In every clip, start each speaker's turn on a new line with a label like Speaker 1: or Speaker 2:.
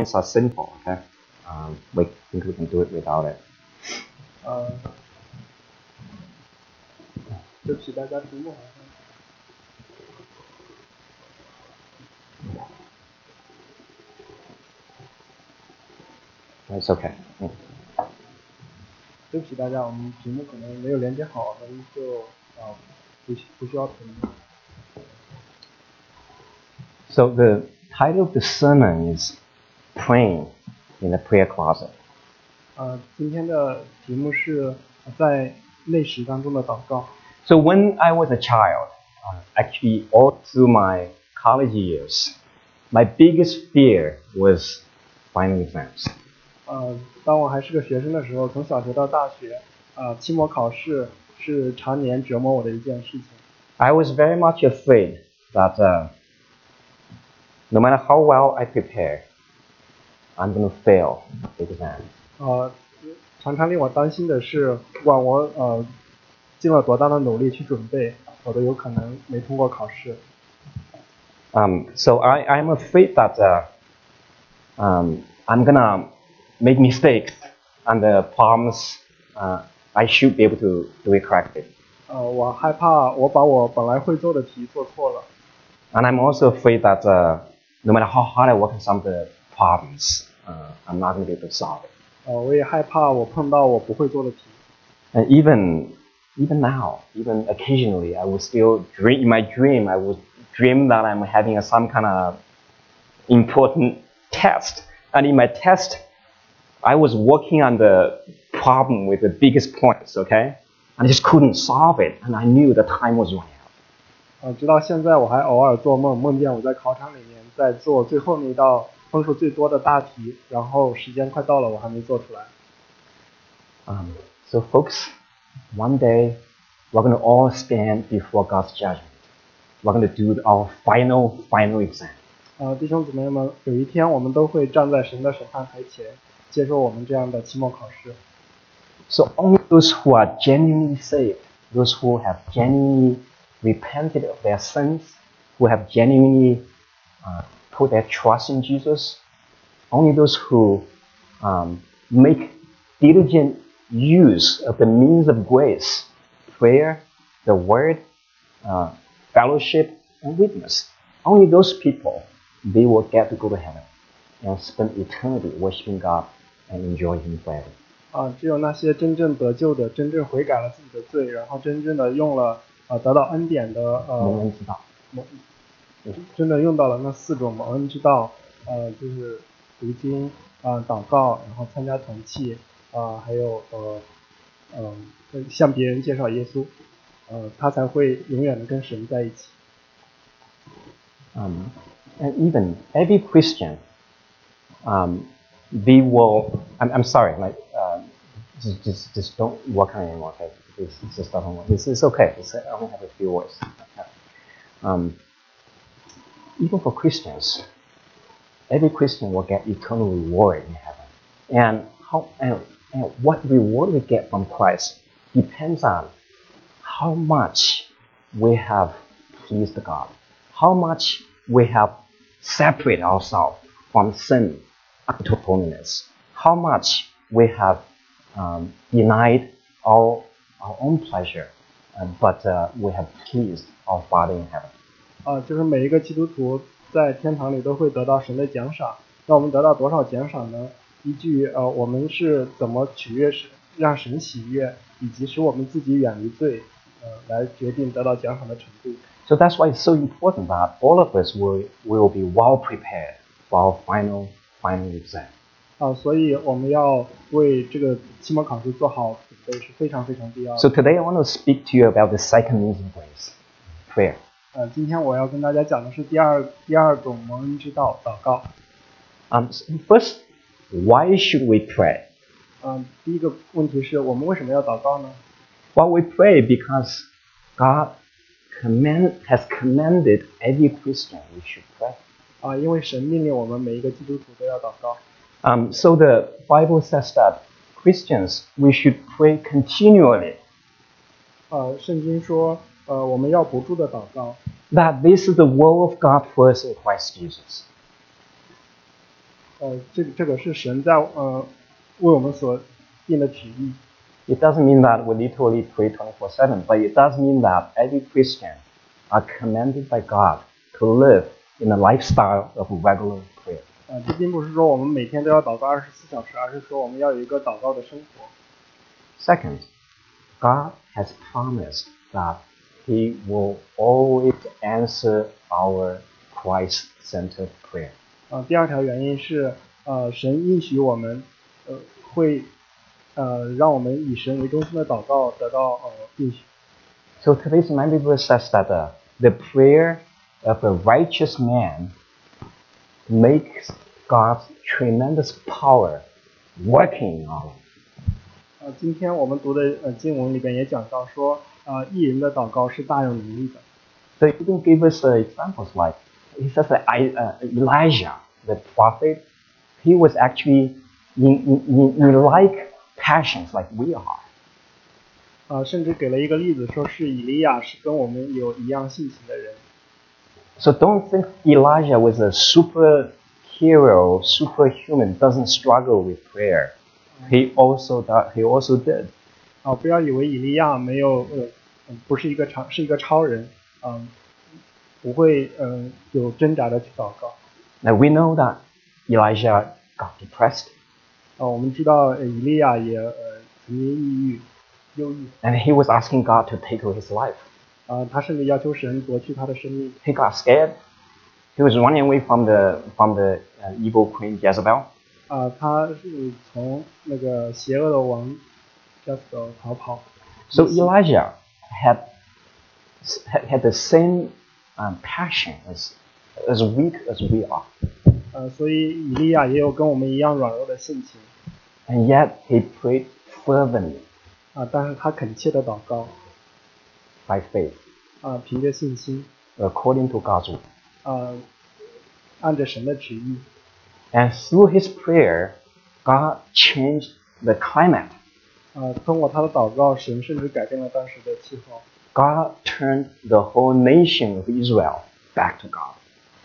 Speaker 1: points are simple, okay? Um, we think we can do it without it.
Speaker 2: 呃，对不起大家，屏幕好像。
Speaker 1: That's okay. Mm.
Speaker 2: 对不起大家，我们屏幕可能没有连接好，咱们就啊、不需不需要屏幕。
Speaker 1: So the title of the sermon is Praying in the Prayer Closet.
Speaker 2: 呃，今天的题目是在内室当中的祷告。
Speaker 1: So when I was a child, uh, actually all through my college years, my biggest fear was final exams.
Speaker 2: 呃，当我还是个学生的时候，从小学到大学，啊、期末考试是常年折磨我的一件事情。
Speaker 1: I was very much afraid that uh, no matter how well I prepare, I'm going to fail the exam.
Speaker 2: 呃，常常令我担心的是，不管我呃尽了多大的努力去准备，我都有可能没通过考试。
Speaker 1: Um, so I, I'm afraid that uh, um, I'm going to make mistakes and the problems uh, I should be able to do it correctly.
Speaker 2: 呃，我害怕我把我本来会做的题做错了。
Speaker 1: And I'm also afraid that uh, no matter how hard I work on some of the problems, uh, I'm not going to be able to solve it.
Speaker 2: 呃，我也害怕我碰到我不会做的题。
Speaker 1: And even even now, even occasionally, I will still dream. In my dream, I will dream that I'm having a, some kind of important test. And in my test, I was working on the problem with the biggest points. Okay, and I just couldn't solve it, and I knew the time was running out.
Speaker 2: 呃，直到现在我还偶尔做梦，梦见我在考场里面在做最后那道分数最多的大题，然后时间快到了，我还没做出来。
Speaker 1: Um, so, folks, one day we're going to all stand before God's judgment. We're going to do our final, final exam.
Speaker 2: 呃，弟兄姊妹们，有一天我们都会站在神的审判台前，接受我们这样的期末考试。
Speaker 1: So only those who are genuinely saved, those who have genuinely repented of their sins, who have genuinely uh, put their trust in Jesus, only those who um, make diligent use of the means of grace, prayer, the word, uh, fellowship, and witness, only those people, they will get to go to heaven and spend eternity worshiping God and enjoying Him forever.
Speaker 2: 啊、只有那些真正得救的、真正悔改了自己的罪，然后真正的用了呃得到恩典的
Speaker 1: 没
Speaker 2: 呃
Speaker 1: 人知道。
Speaker 2: 蒙，真的用到了那四种蒙恩之道，呃，就是读经啊、呃祷告，然后参加团契啊、还有呃嗯、呃向别人介绍耶稣，呃，他才会永远的跟神在一起。
Speaker 1: um, and even every Christian, um, they will. I'm, I'm sorry, like uh, just, just just don't work on it anymore. Okay, it's, it's just doesn't work. It's, it's okay. It's, I only have a few words. Okay. Um, even for Christians, every Christian will get eternal reward in heaven, and how and, and what reward we get from Christ depends on how much we have pleased God, how much we have separated ourselves from sin unto holiness, how much we have um, denied our, our own pleasure, uh, but uh, we have pleased our Father in heaven.
Speaker 2: 啊，就是每一个基督徒在天堂里都会得到神的奖赏。那我们得到多少奖赏呢？依据呃，我们是怎么取悦神，让神喜悦，以及使我们自己远离罪，呃，来决定得到奖赏的程度。
Speaker 1: So that's why it's so important that all of us will, will be well prepared for our final, final exam.
Speaker 2: 啊，所以我们要为这个期末考试做好准备是非常非常必要
Speaker 1: So
Speaker 2: 的。
Speaker 1: today I want to speak to you about the second means of grace, prayer.
Speaker 2: 呃，今天我要跟大家讲的是第二第二种蒙恩之道——祷告。
Speaker 1: Um, so first, why should we pray?
Speaker 2: 嗯、第一个问题是我们为什么要祷告呢？
Speaker 1: Well, we pray because God command, has commanded every Christian we should pray.
Speaker 2: 啊，因为神命令我们每一个基督徒都要祷告。
Speaker 1: Um, so the Bible says that Christians, we should pray continually,
Speaker 2: 呃，圣经说，呃，我们要不住的祷告，
Speaker 1: that this is the will of God for us in Christ Jesus.
Speaker 2: 呃，这个这个是神在呃为我们所定的旨意。
Speaker 1: It doesn't mean that we literally pray 24 7, but it does mean that every Christian are commanded by God to live in a lifestyle of regular prayer.
Speaker 2: 呃，这并不是说我们每天都要祷告二十四小时，而是说我们要有一个祷告的生活。
Speaker 1: Second, God has promised that He will always answer our Christ centered prayer.
Speaker 2: 呃，第二条原因是，呃，神应许我们，呃，会，呃，让我们以神为中心的祷告得到呃应许。
Speaker 1: So today's memory verse says that uh, the prayer of a righteous man makes God's tremendous power working on. it.
Speaker 2: 呃，今天我们读的呃经文里边也讲到说，呃，艺人的祷告是大有能力的。
Speaker 1: So he even give us uh, examples like he says that I, uh, Elijah, the prophet, he was actually in, in, in, in like passions like we are.
Speaker 2: 呃，甚至给了一个例子，说是以利亚是跟我们有一样性情的人。
Speaker 1: So don't think Elijah was a superhero, superhuman, doesn't struggle with prayer. He also do- he also did.
Speaker 2: 啊、不要以为以利亚没有呃，嗯不是一个超是一个超人，嗯，不会嗯有挣扎的去祷告。
Speaker 1: Now we know that Elijah got depressed
Speaker 2: 啊、我们知道呃以利亚也呃曾经抑郁、忧郁，
Speaker 1: and he was asking God to take away his life.
Speaker 2: 啊、他甚至要求神夺去他的生命。
Speaker 1: He got scared. He was running away from the from the uh, evil queen Jezebel.
Speaker 2: 啊、他是从那个邪恶的王 j a s p e 逃跑。
Speaker 1: So Elijah had had, had the same um, passion as as weak as we are,
Speaker 2: 呃，所以以利亚也有跟我们一样软弱的性情，
Speaker 1: and yet he prayed fervently
Speaker 2: 啊、但是他恳切的祷告，
Speaker 1: by faith,
Speaker 2: 啊、凭着信心，
Speaker 1: according to God's will.
Speaker 2: 啊、按着神的旨意，
Speaker 1: And through his prayer, God changed the climate.
Speaker 2: 啊、通过他的祷告，神甚至改变了当时的气候，
Speaker 1: God turned the whole nation of Israel back to God,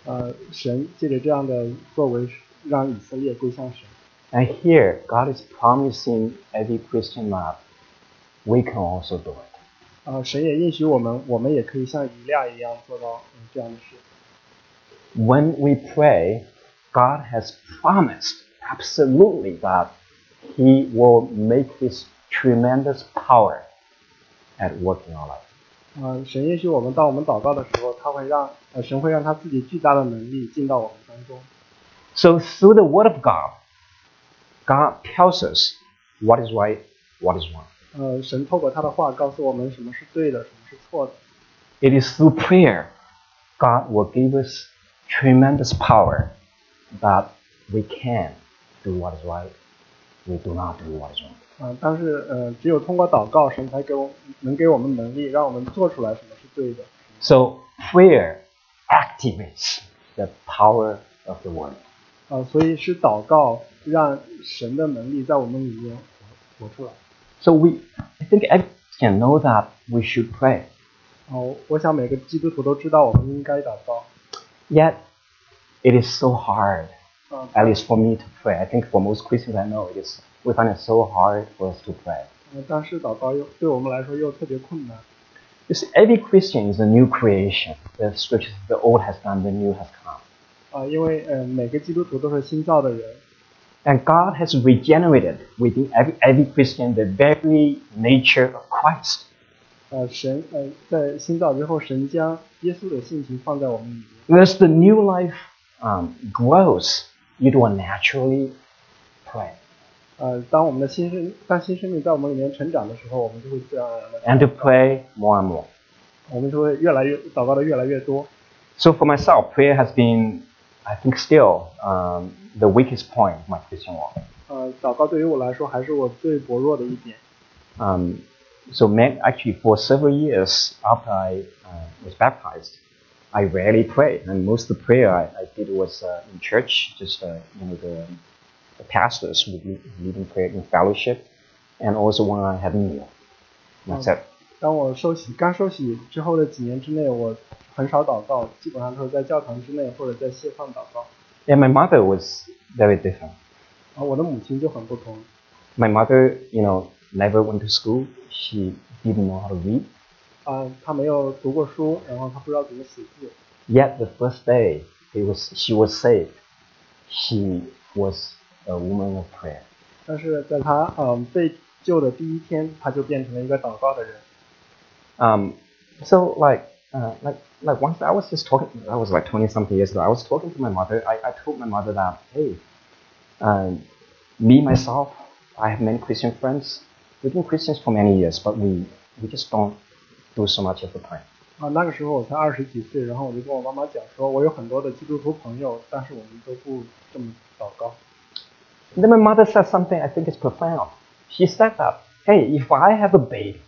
Speaker 2: 呃，神借着这样的作为，让以色列归向神。
Speaker 1: and here God is promising every Christian that we can also do it.
Speaker 2: 啊，神也应许我们，我们也可以像以利亚一样做到、嗯、这样的事。
Speaker 1: when we pray, God has promised absolutely that He will make His tremendous power at work in our life.
Speaker 2: 啊、神应许我们，当我们祷告的时候，他会让呃，神会让他自己巨大的能力进到我们当中。
Speaker 1: So through the Word of God, God tells us what is right, what is wrong.
Speaker 2: 呃，神透过他的话告诉我们什么是对的，什么是错的。
Speaker 1: It is through prayer God will give us tremendous power that we can do what is right, we do not do what is wrong.
Speaker 2: 啊、但是呃，只有通过祷告，神才给我能给我们能力，让我们做出来什么是对的。
Speaker 1: So prayer activates the power of the word.
Speaker 2: 啊、所以是祷告让神的能力在我们里面活活出来。
Speaker 1: So we, I think everyone can know that we should pray.
Speaker 2: 哦、我想每个基督徒都知道我们应该祷告。
Speaker 1: Yet it is so hard,
Speaker 2: 啊、
Speaker 1: at least for me to pray. I think for most Christians I know it is. We find it so hard for us to pray.
Speaker 2: 呃但是祷告又对我们来说又特别困难。
Speaker 1: You see, every Christian is a new creation. The scripture, says, the old has gone, the new has come.
Speaker 2: 啊、因为呃每个基督徒都是新造的人，
Speaker 1: And God has regenerated within every, every Christian the very nature of Christ.
Speaker 2: 呃神呃在新造之后，神将耶稣的性情放在我们里面，
Speaker 1: As the new life um, grows, it will naturally pray.
Speaker 2: 呃当我们的新生当新生命在我们里面成长的时候，我们就会自然而然
Speaker 1: and
Speaker 2: 的，
Speaker 1: to pray more and more.
Speaker 2: 我们就会越来越祷告的越来越多。
Speaker 1: So for myself, prayer has been, I think, still um, the weakest point of my Christian walk.
Speaker 2: 呃，祷告对于我来说还是我最薄弱的一点。
Speaker 1: Um, so man, actually, for several years after I uh, was baptized, I rarely prayed, and most of the prayer I, I did was uh, in church, just uh, you know the, the pastors would lead- leading prayer in fellowship, and also when I had meal. That's it.
Speaker 2: 当我受洗刚受洗之后的几年之内，我很少祷告，基本上都是在教堂之内或者在线上祷告。
Speaker 1: And my mother was very different.
Speaker 2: 啊，我的母亲就很不同。
Speaker 1: My mother, you know, never went to school. She didn't know how to read.
Speaker 2: 啊，她没有读过书，然后她不知道怎么写字。
Speaker 1: Yet the first day, it was she was saved. She was a woman of prayer.
Speaker 2: 但是在她嗯被救的第一天，她就变成了一个祷告的人。
Speaker 1: Um, so like, uh, like, like once I was just talking, I was like 20 something years ago, I was talking to my mother. I, I told my mother that, hey, um, me, myself, I have many Christian friends. We've been Christians for many years, but we, we just don't do so much of the prayer.
Speaker 2: 啊，那个时候我才二十几岁，然后我就跟我妈妈讲说，我有很多的基督徒朋友，但是我们都不这么祷告。
Speaker 1: Then my mother said something I think is profound. She said that, hey, if I have a baby,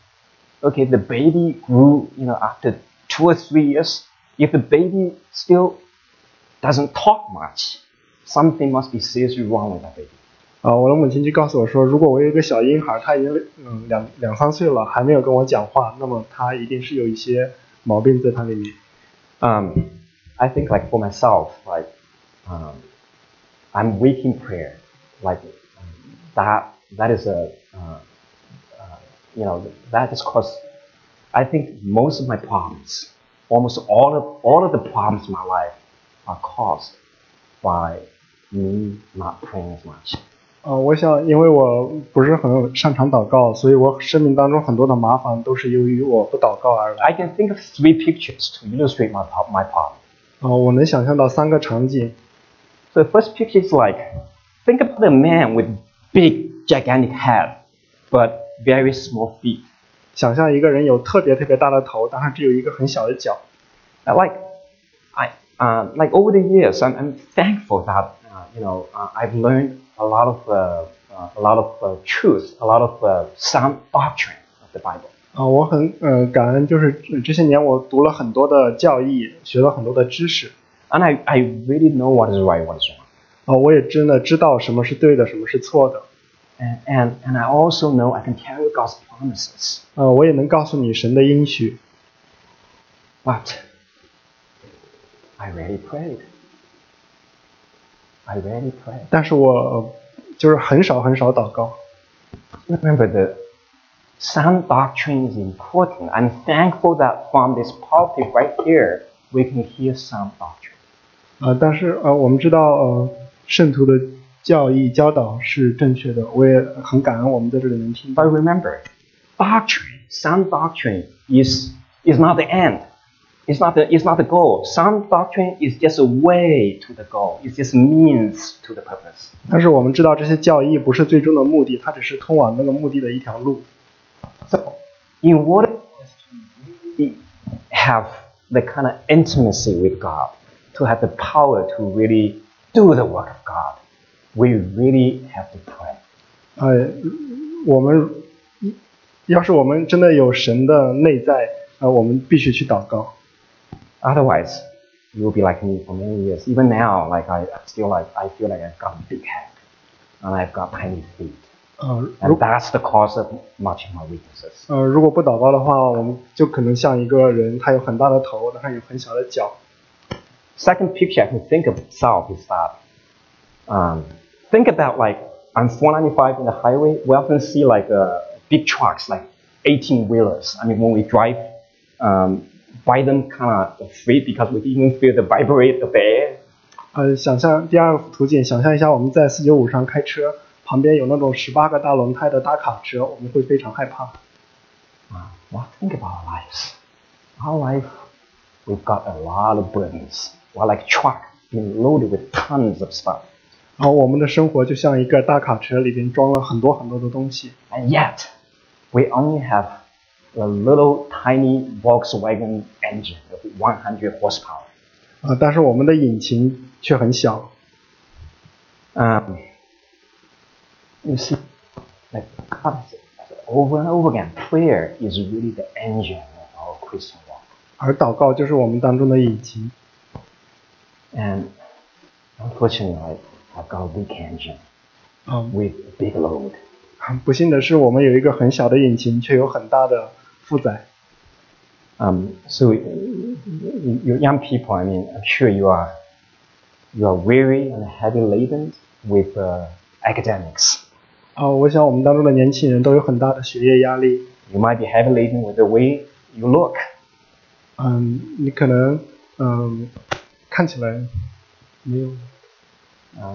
Speaker 1: okay, the baby grew, you know, after two or three years, if the baby still doesn't talk much, something must be seriously wrong with that baby.
Speaker 2: 啊，我的母亲就告诉我说，如果我有一个小婴孩，他已经嗯两两三岁了，还没有跟我讲话，那么他一定是有一些毛病在他里面。
Speaker 1: Um, I think like for myself, like um, I'm weak in prayer. Like um, that, that is a, uh, uh, you know, that has caused. I think most of my problems, almost all of all of the problems in my life, are caused by me not praying as much.
Speaker 2: 啊，我想，因为我不是很擅长祷告，所以我生命当中很多的麻烦都是由于我不祷告而来。
Speaker 1: I can think of three pictures to illustrate my prob- my problem.
Speaker 2: 啊，我能想象到三个场景。
Speaker 1: So the first picture is like, think about a man with big, gigantic head, but very small feet.
Speaker 2: 想象一个人有特别特别大的头，但是只有一个很小的脚。
Speaker 1: Uh, Like, I, uh, like over the years, I'm, I'm thankful that uh, you know uh, I've learned a lot of uh, uh, a lot of uh, truth, a lot of uh, sound doctrine of the Bible.
Speaker 2: 啊，我很呃感恩，就是呃这些年我读了很多的教义，学了很多的知识。
Speaker 1: And I, I really know what is right, what is wrong.
Speaker 2: 啊，我也真的知道什么是对的，什么是错的。
Speaker 1: And, and, and I also know I can carry God's promises.
Speaker 2: 呃，我也能告诉你神的应许，
Speaker 1: But I rarely prayed. I rarely prayed.
Speaker 2: 但是我、呃就是很少很少祷告。
Speaker 1: Remember, the sound doctrine is important. I'm thankful that from this pulpit right here, we can hear sound doctrine.
Speaker 2: 呃，但是呃，我们知道呃，圣徒的教义教导是正确的，我也很感恩我们在这里能听到。
Speaker 1: But remember, doctrine, sound doctrine is is not the end. It's not the, it's not the goal. Sound doctrine is just a way to the goal. It's just means to the purpose.
Speaker 2: 但是我们知道这些教义不是最终的目的，它只是通往那个目的的一条路。
Speaker 1: So, in order for us to really have the kind of intimacy with God, to have the power to really do the work of God, we really have to pray.
Speaker 2: 呃，我们要是我们真的有神的内在，呃，我们必须去祷告。
Speaker 1: Otherwise, you'll be like me for many years. Even now, like I I still like I feel like I've got a big head and I've got tiny feet,
Speaker 2: 呃，如
Speaker 1: and that's the cause of much of my weaknesses.
Speaker 2: 呃如果不祷告的话，我们就可能像一个人，他有很大的头，但是有很小的脚。
Speaker 1: second picture I can think of itself is that um, think about like on 495 in the highway, we often see like uh, big trucks, like 18 wheelers. I mean, when we drive um, by them, kind of afraid because we even feel the vibrate of the air.
Speaker 2: 呃，想象第二个途径，想象一下我们在四九五上开车，旁边有那种十八个大轮胎的大卡车，我们会非常害怕。
Speaker 1: Uh, well, think about our lives. Our life, we've got a lot of burdens. We're like truck being loaded with tons of stuff.
Speaker 2: 然后我们的生活就像一个大卡车里边装了很多很多的东西，
Speaker 1: And yet, we only have a little tiny Volkswagen engine of 100 horsepower.
Speaker 2: 呃，但是我们的引擎却很小。
Speaker 1: Um, you see, like God has said over and over again, prayer is really the engine of our Christian walk.
Speaker 2: 而祷告就是我们当中的引擎。
Speaker 1: And unfortunately, I've got a weak engine
Speaker 2: 嗯，
Speaker 1: with a big load.
Speaker 2: 不幸的是，我们有一个很小的引擎，却有很大的负载。
Speaker 1: Um, so you, you young people, I mean, I'm sure you are you are weary and heavy laden, with uh, academics.
Speaker 2: 啊、我想我们当中的年轻人都有很大的学业压力。
Speaker 1: You might be heavily with the way you look.
Speaker 2: 嗯，你可能嗯看起来没有
Speaker 1: Uh,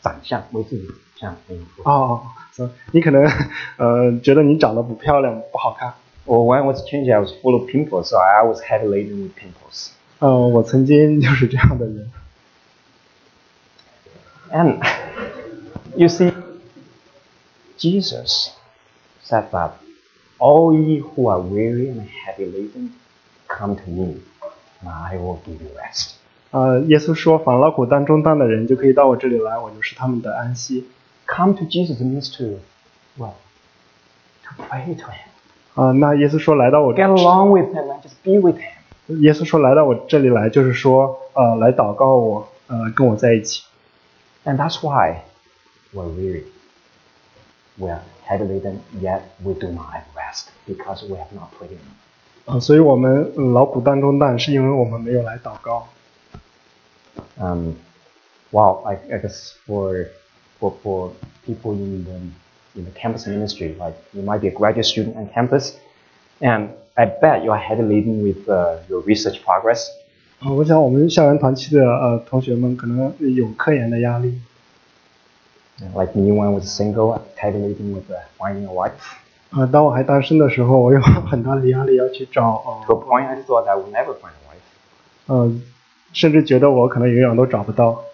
Speaker 1: 长相为自己长相。
Speaker 2: 哦，嗯你可能呃觉得你长得不漂亮不好看。
Speaker 1: Well, when I was changing, I was full of pimples, so I was heavily laden with pimples.
Speaker 2: 呃，我曾经 就是这样的人。
Speaker 1: And you see, Jesus said that all ye who are weary and heavy laden, come to me, and I will give you rest.
Speaker 2: 呃，耶稣说，凡劳苦担重担的人就可以到我这里来，我就是他们的安息。
Speaker 1: Come to Jesus means to, well, to pray to him,
Speaker 2: 啊、那耶稣说来到我，
Speaker 1: get along with him, and just be with him.
Speaker 2: 耶稣说来到我这里来，就是说呃来祷告我，呃跟我在一起。
Speaker 1: And that's why we're weary. We're heavy laden, yet we do not have rest because we have not prayed enough.
Speaker 2: 啊、所以我们嗯劳苦担重担，是因为我们没有来祷告。
Speaker 1: Um, well, I, I guess for, for for people in the in the campus ministry, like you might be a graduate student on campus, and I bet you are heavy laden with uh, your research progress.
Speaker 2: 啊、我想我们校园团期的呃同学们可能有科研的压力。
Speaker 1: Like me when I was single, I was heavy laden with uh, finding a wife.
Speaker 2: 啊、当我还单身的时候，我有 很大的压力要去找
Speaker 1: To a point, I thought I would never find a wife.
Speaker 2: 呃呃，甚至觉得我可能永远都找不到。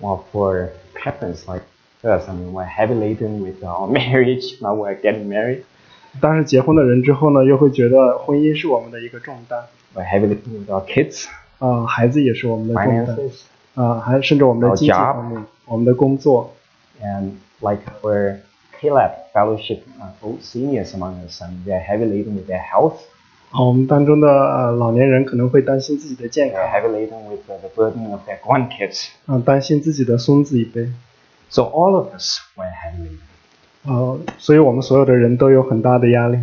Speaker 1: Well, for parents like us, I mean, we're heavy laden with our marriage. Now we're getting married.
Speaker 2: 但是结婚的人之后呢，又会觉得婚姻是我们的一个重担，
Speaker 1: We're heavy laden with our kids,
Speaker 2: 啊、孩子也是我们的重担，
Speaker 1: finances,
Speaker 2: 啊、还甚至我们的经济
Speaker 1: 然后家
Speaker 2: 方面，我们的工作，
Speaker 1: and like for Caleb fellowship uh, old seniors among us, I mean, they're heavy laden with their health.
Speaker 2: 啊、我们当中的呃老年人可能会担心自己的健康，
Speaker 1: They're
Speaker 2: 啊、
Speaker 1: heavy laden with uh, the burden of their grandkids.
Speaker 2: 担心自己的孙子一辈，
Speaker 1: So all of us were heavy laden
Speaker 2: 啊，所以我们所有的人都有很大的压力，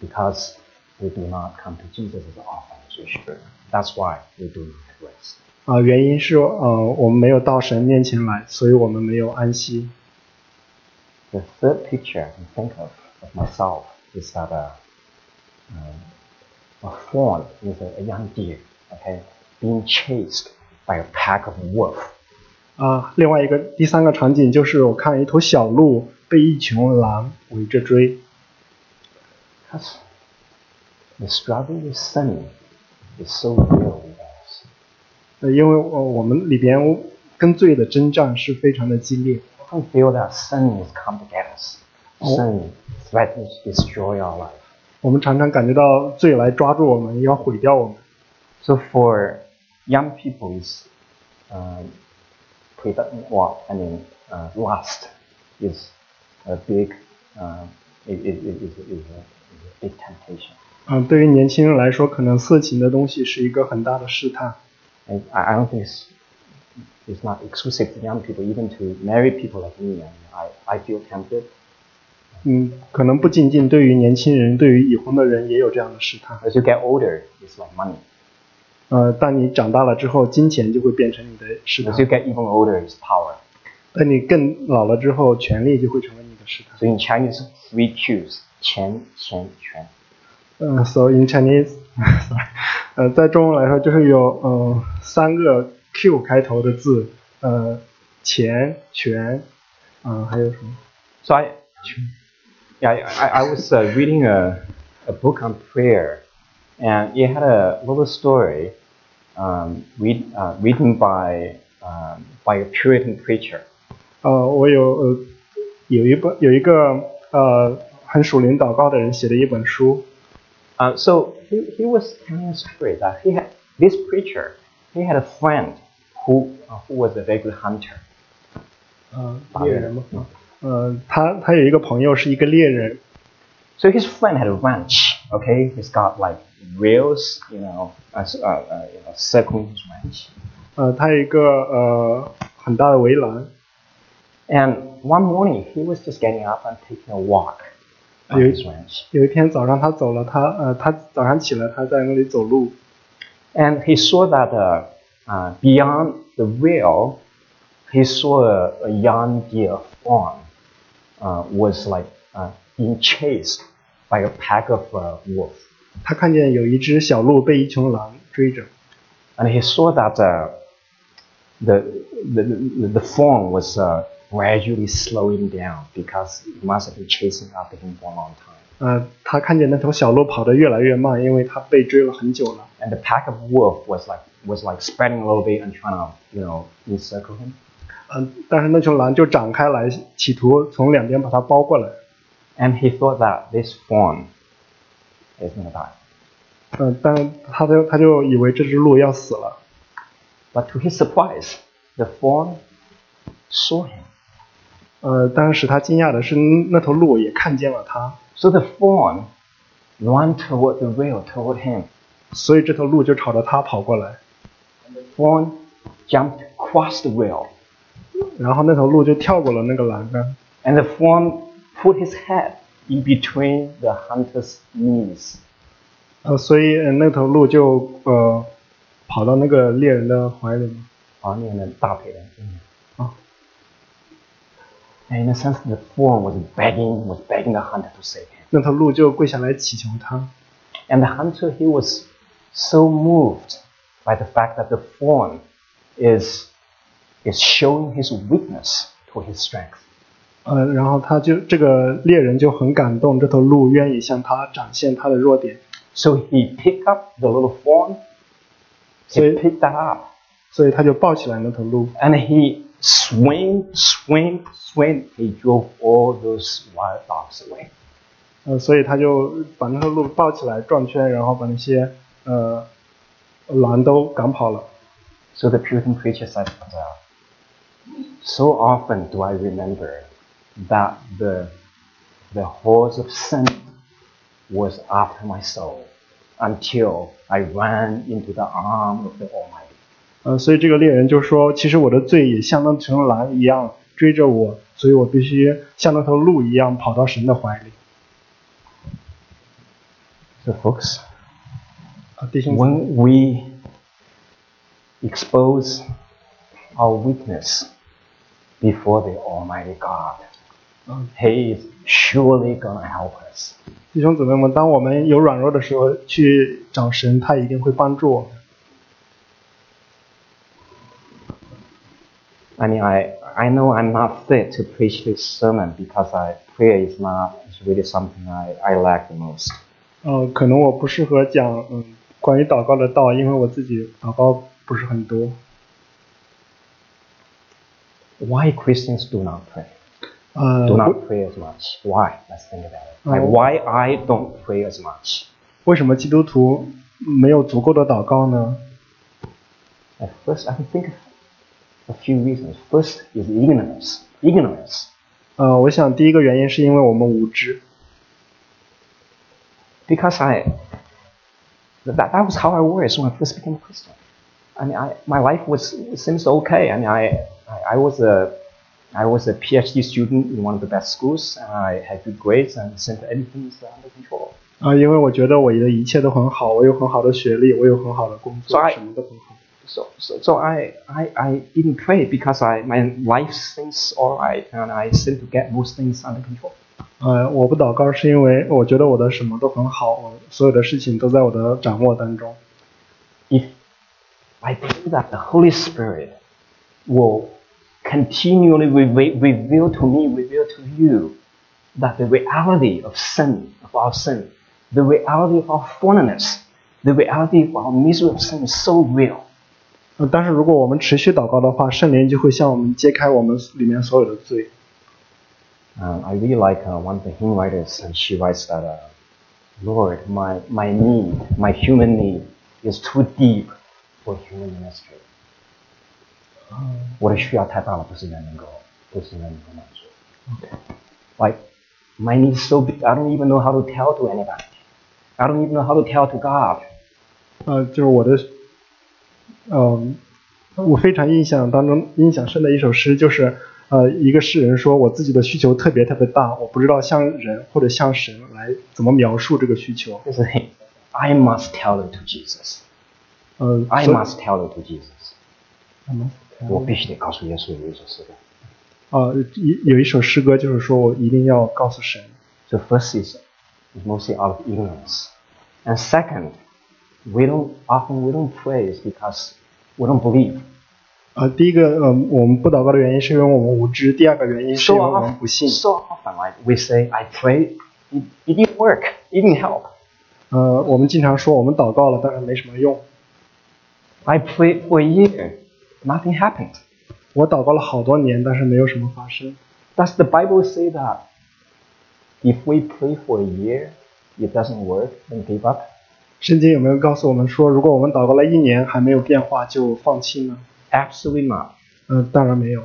Speaker 1: because we do not come to Jesus as often as we should. That's why we do not have rest.
Speaker 2: 啊、原因是呃我们没有到神面前来，所以我们没有安息。
Speaker 1: The third picture I can think of of myself is that a, um, a fawn is a, a young deer, okay, being chased by a pack of wolves.
Speaker 2: 啊，另外一个第三个场景就是我看一头小鹿被一群狼围着追，
Speaker 1: Because the struggle with sin is so real with us.
Speaker 2: 呃因为我我们里边跟罪的征战是非常的激烈，
Speaker 1: We often feel that sin has come to get us.
Speaker 2: Oh.
Speaker 1: Sin threatens to destroy our life.
Speaker 2: 我们常常感觉到罪来抓住我们，要毁掉我们。
Speaker 1: So for young people, is um, predom- well, I mean, uh, lust is a big, uh, is, is, is, is, is, a, is a big temptation.
Speaker 2: 嗯、对于年轻人来说，可能色情的东西是一个很大的试探。
Speaker 1: And I, I don't think it's, it's not exclusive to young people, even to married people like me. I, mean, I, I feel tempted.
Speaker 2: 嗯，可能不仅仅对于年轻人，对于已婚的人也有这样的试探。
Speaker 1: As you get older, it's like money.
Speaker 2: 呃，当你长大了之后，金钱就会变成你的试
Speaker 1: As you
Speaker 2: 探；
Speaker 1: get even older, it's power.
Speaker 2: 当你更老了之后，权力就会成为你的试探。
Speaker 1: So in Chinese, three Qs, qian, qian, quan.
Speaker 2: 呃，so in Chinese，sorry，呃，在中文来说就是有呃三个 Q 开头的字，呃，钱、权，嗯、还有什么？
Speaker 1: So I, yeah, I, I- I was uh, reading a, a book on prayer, and it had a little story um, read, uh, written by, um, by a Puritan preacher.
Speaker 2: 呃，我有呃有一本有一个呃很属灵祷告的人写的一本书，
Speaker 1: Uh, so he, he was telling a story that he had, this preacher, he had a friend who, uh, who was a very good hunter.
Speaker 2: 呃，
Speaker 1: 猎人
Speaker 2: 吗？呃，他他有一个朋友是一个猎人，
Speaker 1: So his friend had a ranch, okay? He's got like rails, you know, uh, s- uh, uh, you know circling his ranch.
Speaker 2: 呃，他有一个呃很大的围栏，
Speaker 1: And one morning he was just getting up and taking a walk on
Speaker 2: Really?
Speaker 1: his ranch.
Speaker 2: 有一天早上他走了，他呃他早上起来他在那里走路，
Speaker 1: And he saw that uh, uh, beyond the rail, he saw a, a young deer fawn uh, was like uh, being chased by a pack of uh, wolves.
Speaker 2: 他看见有一只小鹿被一群狼追着，
Speaker 1: And he saw that uh, the, the, the, the fawn was uh, gradually slowing down because it must have been chasing after him for a long time.
Speaker 2: 呃，他看见那头小鹿跑得越来越慢，因为它被追了很久了。
Speaker 1: And the pack of wolf was like was like spreading a little bit and trying to you know encircle him.
Speaker 2: 嗯、但是那群狼就展开来，企图从两边把它包过来。
Speaker 1: And he thought that this fawn is gonna die.
Speaker 2: 嗯、但他就他就以为这只鹿要死了，
Speaker 1: But to his surprise, the fawn saw him.
Speaker 2: 呃，但是使他惊讶的是，那头鹿也看见了他，
Speaker 1: So the fawn ran toward the rail toward him.
Speaker 2: 所以这头鹿就朝着他跑过来，
Speaker 1: The fawn jumped across the rail,
Speaker 2: 然后那头鹿就跳过了那个栏杆，
Speaker 1: and the fawn put his head in between the hunter's knees.
Speaker 2: 呃，所以、呃那头鹿就呃跑到那个猎人的怀里嘛，
Speaker 1: 啊，念了大腿的，嗯，啊。
Speaker 2: 啊。
Speaker 1: And in a sense, the fawn was begging, was begging the hunter to save him.
Speaker 2: 那头鹿就跪下来祈求他，
Speaker 1: And the hunter, he was so moved by the fact that the fawn is is showing his weakness to his strength.
Speaker 2: 呃，然后他就这个猎人就很感动，这头鹿愿意向他展现他的弱点，
Speaker 1: So he picked up the little fawn, he
Speaker 2: So-
Speaker 1: picked that up,
Speaker 2: 所以他就抱起来那头鹿，
Speaker 1: and he swing, swing, swing. He drove all those wild dogs away.
Speaker 2: 呃，所以他就把那头鹿抱起来转圈，然后把那些呃狼都赶跑了。
Speaker 1: So the Puritan preacher said, uh, So often do I remember that the, the horse of sin was after my soul until I ran into the arm of the Almighty.
Speaker 2: 呃，所以这个猎人就说，其实我的罪也像那群狼一样追着我，所以我必须像那头鹿一样跑到神的怀里。
Speaker 1: So, folks,
Speaker 2: 啊，弟兄姊妹，
Speaker 1: when we expose our weakness before the Almighty God, Oh.
Speaker 2: Um.
Speaker 1: He is surely going to help us.
Speaker 2: 弟兄姊妹们，当我们有软弱的时候去找神，他一定会帮助我们。
Speaker 1: I mean, I, I know I'm not fit to preach this sermon because I, prayer is not is really something I, I lack the most.
Speaker 2: 呃，可能我不适合讲嗯关于祷告的道，因为我自己祷告不是很多。
Speaker 1: Why Christians do not pray?
Speaker 2: 呃，
Speaker 1: Do
Speaker 2: 为
Speaker 1: not pray as much. Why? Let's think about it. Like,
Speaker 2: Oh.
Speaker 1: why I don't pray as much?
Speaker 2: 为什么基督徒没有足够的祷告呢？
Speaker 1: At first, I can think of a few reasons. First is ignorance. Ignorance.
Speaker 2: 呃，我想第一个原因是因为我们无知。
Speaker 1: Because I, that, that was how I was when I first became a Christian. I mean, I, my life was seems okay. I mean, I, I, I was a, I was a PhD student in one of the best schools, and I had good grades, and seemed everything is under control.
Speaker 2: 啊、因为我觉得我的一切都很好，我有很好的学历，我有很好的工作
Speaker 1: Right.，
Speaker 2: 什么都很好。
Speaker 1: So, so, so I, I, I didn't pray because I, my life seems all right, and I seem to get most things under control.
Speaker 2: 呃，我不祷告是因为我觉得我的什么都很好，我所有的事情都在我的掌握当中。
Speaker 1: if I pray that the Holy Spirit will continually reve- reveal to me, reveal to you, that the reality of sin, of our sin, the reality of our fallenness, the reality of our misery of sin is so real.
Speaker 2: 呃，但是如果我们持续祷告的话，圣灵就会向我们揭开我们里面所有的罪。
Speaker 1: Um, I really like uh, one of the hymn writers, and she writes that, uh, Lord, my, my need, my human need is too deep for human ministry.
Speaker 2: 呃
Speaker 1: 我的需要太大了，不是人能够，不是人能够满足。Like my need is so big, I don't even know how to tell to anybody. I don't even know how to tell to God.
Speaker 2: 呃，就是我的，嗯、我非常印象当中印象深的一首诗，就是呃，一个诗人说我自己的需求特别特别大，我不知道向人或者向神来怎么描述这个需求。
Speaker 1: This is it. I must tell it to Jesus.
Speaker 2: 呃，
Speaker 1: I
Speaker 2: 所以
Speaker 1: must tell it to Jesus.
Speaker 2: 嗯
Speaker 1: 我必须得告诉耶稣有一首诗歌。
Speaker 2: 啊，有有一首诗歌就是说我一定要告诉神。
Speaker 1: So first is is mostly out of ignorance, and second, we don't often we don't pray is because we don't believe.
Speaker 2: 啊，第一个，嗯，我们不祷告的原因是因为我们无知；第二个原因是
Speaker 1: So
Speaker 2: 因为我们不
Speaker 1: often,
Speaker 2: 信。
Speaker 1: so often, like we say, I pray, it, it didn't work, it didn't help.
Speaker 2: 呃，我们经常说我们祷告了，但是没什么用。
Speaker 1: I prayed for a year, nothing happened.
Speaker 2: 我祷告了好多年，但是没有什么发生。
Speaker 1: Does the Bible say that if we pray for a year, it doesn't work, then give up?
Speaker 2: 圣经有没有告诉我们说，如果我们祷告了一年还没有变化，就放弃呢？
Speaker 1: Absolutely not.
Speaker 2: 嗯、当然没有。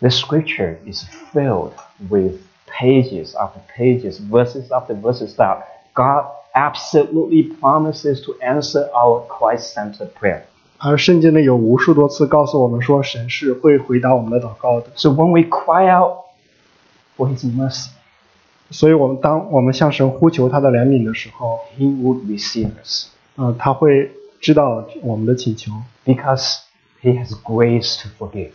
Speaker 1: The scripture is filled with pages after pages, verses after verses that God absolutely promises to answer our Christ centered prayer.
Speaker 2: 而圣经里有无数多次告诉我们说，神是会回答我们的祷告的。
Speaker 1: So when we cry out for His mercy,
Speaker 2: 所以，我们当我们向神呼求他的怜悯的时候，
Speaker 1: He would receive us
Speaker 2: 呃，他会知道我们的请求，
Speaker 1: because He has grace to forgive,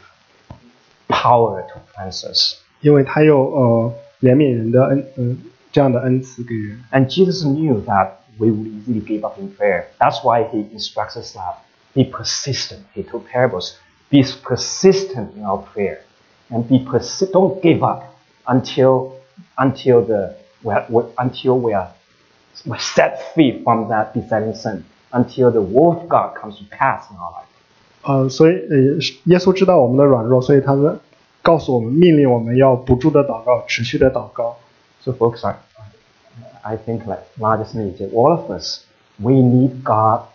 Speaker 1: power to cleanse us.
Speaker 2: 因为他有呃怜悯人的恩，嗯、这样的恩慈给人。
Speaker 1: And Jesus knew that we would easily give up in prayer. That's why he instructs us that be persistent. He told parables. Be persistent in our prayer, and be persi- Don't give up until until the well, we- until we are set free from that besetting sin. Until the will of God comes to pass in our life.
Speaker 2: 呃，所以呃，是耶稣知道我们的软弱，所以他们告诉我们，命令我们要不住的祷告，持续的祷告。
Speaker 1: So, folks, I, I think like not just me, but all of us, we need God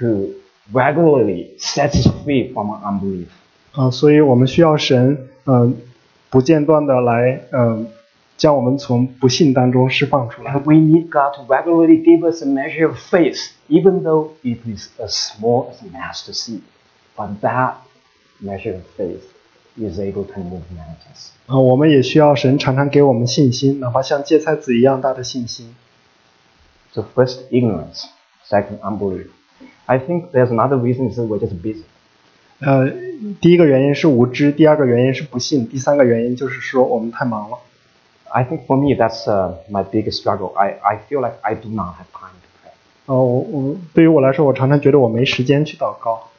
Speaker 1: to regularly set us free from our unbelief.
Speaker 2: 啊、所以我们需要神，嗯、不间断的来，嗯、将我们从不信当中释放出来。
Speaker 1: And we need God to regularly give us a measure of faith, even though it is as small as a mustard seed. But that measure of faith is able to move mountains.
Speaker 2: 啊、我们也需要神常常给我们信心，哪怕像芥菜籽一样大的信心。
Speaker 1: So first, ignorance. Second, unbelief. I think there's another reason is that we're just busy.
Speaker 2: 呃，第一个原因是无知，第二个原因是不信，第三个原因就是说我们太忙了。
Speaker 1: I think for me, that's uh, my biggest struggle. I, I feel like I do not have time to pray.
Speaker 2: 呃，我我对于我来说，我常常觉得我没时间去祷告。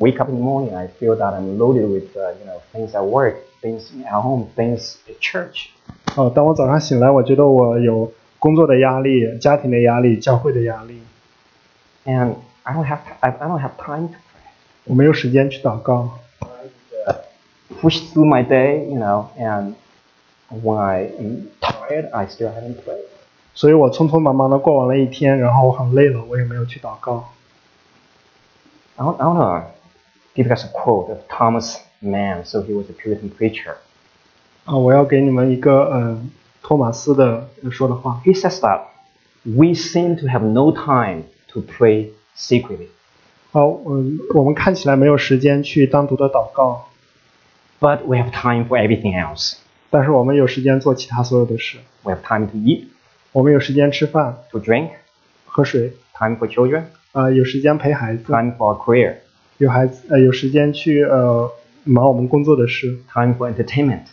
Speaker 1: wake up in the morning, I feel that I'm loaded with uh, you know things at work, things at home, things at church.
Speaker 2: 呃，当我早上醒来，我觉得我有工作的压力、家庭的压力、教会的压力，
Speaker 1: and I don't have I I don't have time to pray.
Speaker 2: 我没有时间去祷告。
Speaker 1: push through my day, you know, and when I am tired, I still haven't prayed.
Speaker 2: 所以我匆匆忙忙的过完了一天，然后我很累了，我也没有去祷告。
Speaker 1: I want, I want to give you guys a quote of Thomas Mann. So he was a Puritan preacher.
Speaker 2: 啊、我要给你们一个呃托马斯的呃说的话，
Speaker 1: He says that we seem to have no time to pray secretly,
Speaker 2: 啊、嗯，我们看起来没有时间去单独的祷告，
Speaker 1: but we have time for everything else.
Speaker 2: 但是我们有时间做其他所有的事，
Speaker 1: We have time to eat,
Speaker 2: 我们有时间吃饭、
Speaker 1: to drink,
Speaker 2: 喝水，
Speaker 1: time for children,
Speaker 2: 啊、有时间陪孩子，
Speaker 1: time for our career,
Speaker 2: 有孩子呃有时间去呃忙我们工作的事，
Speaker 1: time for entertainment.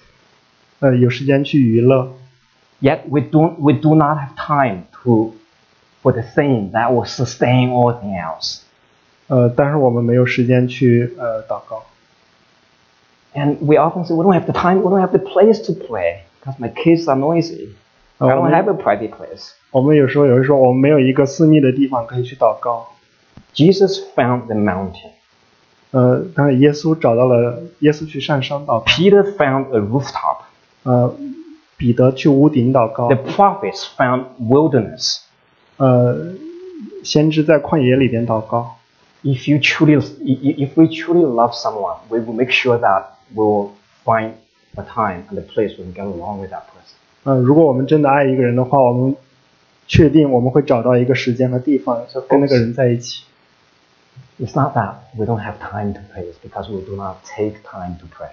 Speaker 2: 呃，有时间去娱乐。
Speaker 1: Yet we don't we do not have time to for the thing that will sustain all things else.
Speaker 2: 呃，但是我们没有时间去呃祷告。
Speaker 1: And we often say we don't have the time, we don't have the place to play because my kids are noisy.
Speaker 2: Oh,
Speaker 1: I don't
Speaker 2: man.
Speaker 1: have a private place.
Speaker 2: 我们有时候有人说我们没有一个私密的地方可以去祷告。
Speaker 1: Jesus found the mountain.
Speaker 2: 呃，但是耶稣找到了耶稣去上山祷告，
Speaker 1: Peter found a rooftop.
Speaker 2: 呃，彼得去屋顶祷告
Speaker 1: The，prophets found wilderness.
Speaker 2: 呃，先知在旷野里边祷告。
Speaker 1: If you truly if we truly love someone, we will make sure that we will find a time and a place we can get along with that person.
Speaker 2: 呃，如果我们真的爱一个人的话，我们确定我们会找到一个时间和地方跟那个人在一起。
Speaker 1: It's not that we don't have time to pray, it's because we do not take time to pray.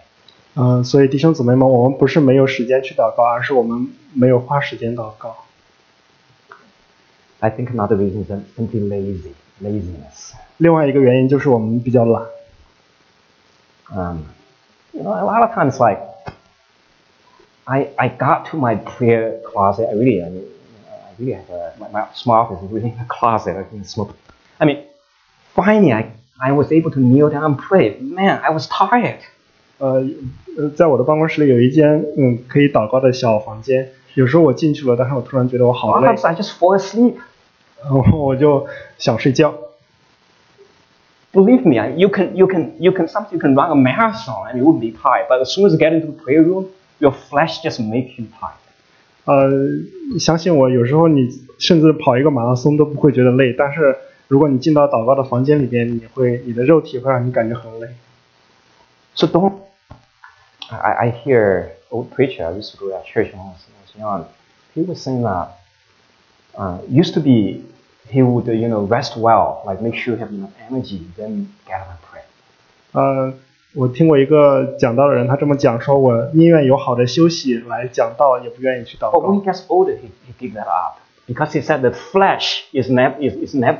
Speaker 2: 嗯、所以弟兄姊妹们，我们不是没有时间去祷告，而是我们没有花时间祷告。
Speaker 1: I think another reason is I'm simply lazy, laziness.
Speaker 2: 另外一个原因就是我们比较懒。
Speaker 1: Um, you know, a lot of times, like, I, I got to my prayer closet. I really, I mean, I really have a, my, my small office is really a closet. I can smoke. I mean, finally, I, I was able to kneel down and pray. Man, I was tired.
Speaker 2: 呃呃，在我的办公室里有一间嗯可以祷告的小房间，有时候我进去了，但是我突然觉得我好
Speaker 1: A
Speaker 2: 累
Speaker 1: lot，of times I just fall asleep.
Speaker 2: 然后我就想睡觉。
Speaker 1: Believe me, I- you can, you can, you can, sometimes you can run a marathon and you wouldn't be tired. But as soon as you get into the prayer room, your flesh just makes you tired.
Speaker 2: 呃，相信我，有时候你甚至跑一个马拉松都不会觉得累，但是如果你进到祷告的房间里边，你会你的肉体会让你感觉很累。
Speaker 1: So don't. I- I, I hear old preacher. I used to go to that church when I was, when I was young. He was saying that uh, used to be he would you know rest well, like make sure you have enough energy, then get up and pray.
Speaker 2: 呃，我听过一个讲道的人，他这么讲说，我宁愿有好的休息来讲道，也不愿意去祷
Speaker 1: But when
Speaker 2: 告。
Speaker 1: he gets older, he, he gave that up because he said the flesh is never is, is never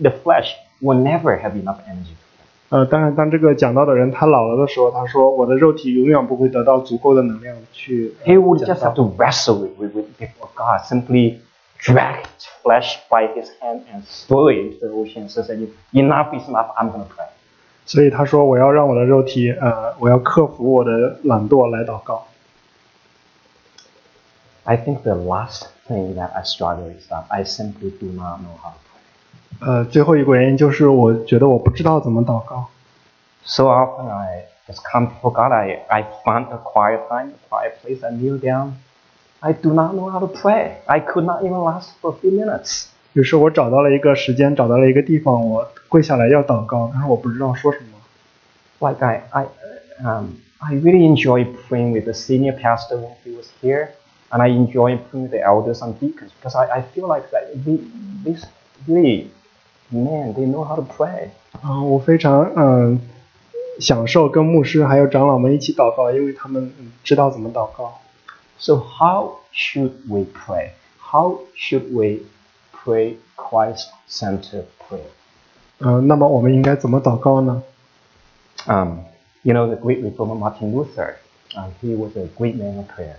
Speaker 1: the flesh will never have enough energy. to pray.
Speaker 2: 呃，当然，当这个讲道的人他老了的时候，他说我的肉体永远不会得到足够的能量去。呃
Speaker 1: He would
Speaker 2: 讲
Speaker 1: just
Speaker 2: 道
Speaker 1: have to wrestle with, with, with before God, simply drag his flesh by his hand and throw it into the ocean. So that enough is enough. I'm gonna pray.
Speaker 2: 所以他说我要让我的肉体，呃，我要克服我的懒惰来祷告。
Speaker 1: I think the last thing that I struggle is that I simply do not know how to pray.
Speaker 2: 呃，最后一个原因就是我觉得我不知道怎么祷告。
Speaker 1: So often I just come before God, I, I find a quiet time, a quiet place, I kneel down. I do not know how to pray. I could not even last for a few minutes.
Speaker 2: 于是我找到了一个时间，找到了一个地方，我跪下来要祷告，但是我不知道说什么。
Speaker 1: Like I, I, um, I really enjoy praying with the senior pastor when he was here, and I enjoy praying with the elders and deacons because I, I feel like that the, these really men, they know how to pray.
Speaker 2: 嗯、我非常嗯、享受跟牧师还有长老们一起祷告，因为他们、嗯、知道怎么祷告。
Speaker 1: So how should we pray? How should we pray Christ-centered prayer?
Speaker 2: 嗯、那么我们应该怎么祷告呢？
Speaker 1: Um, you know, the great reformer Martin Luther, uh, he was a great man of prayer.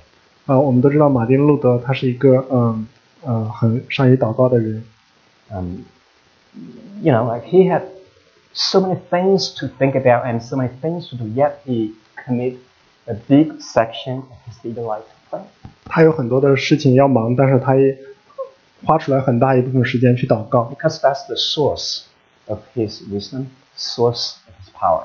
Speaker 2: 啊、我们都知道马丁路德他是一个嗯呃很善于祷告的人，
Speaker 1: Um, you know, like he had so many things to think about and so many things to do, yet he commit a big section of his daily life to prayer.
Speaker 2: 他有很多的事情要忙，但是他也花出来很大一部分时间去祷告，
Speaker 1: Because that's the source of his wisdom, source of his power.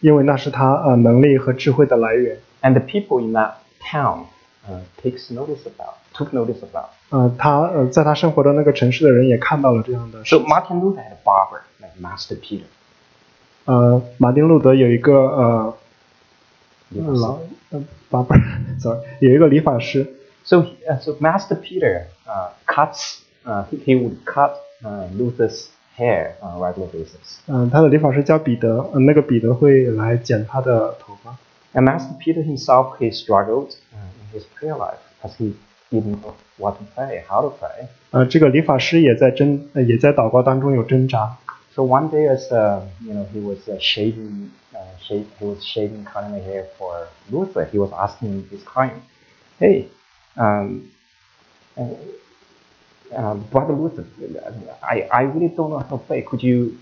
Speaker 2: 因为那是他呃能力和智慧的来源。
Speaker 1: and the people in that town uh, takes notice about, took notice about.
Speaker 2: 呃，他呃，在他生活的那个城市的人也看到了这样的事
Speaker 1: So。Martin Luther had a barber, like Master Peter.
Speaker 2: 呃，马丁路德有一个呃
Speaker 1: you know,
Speaker 2: 老
Speaker 1: so-
Speaker 2: 呃，巴不是 ，sorry，有一个理发师，
Speaker 1: So, he- uh, so Master Peter uh, cuts, uh, he, he would cut uh, Luther's hair on a regular basis.
Speaker 2: 嗯、他的理发师叫彼得，呃，那个彼得会来剪他的头发。
Speaker 1: And Master Peter himself, he struggled uh, in his prayer life because he didn't know what to pray, how to pray.
Speaker 2: 呃，这个理发师也在挣，呃也在祷告当中有挣扎。
Speaker 1: So one day, as uh, you know, he was uh, shaving, uh, shave, he was shaving, cutting the hair for Luther. He was asking his client, "Hey, um, uh, uh, brother Luther, I, I really don't know how to pray. Could you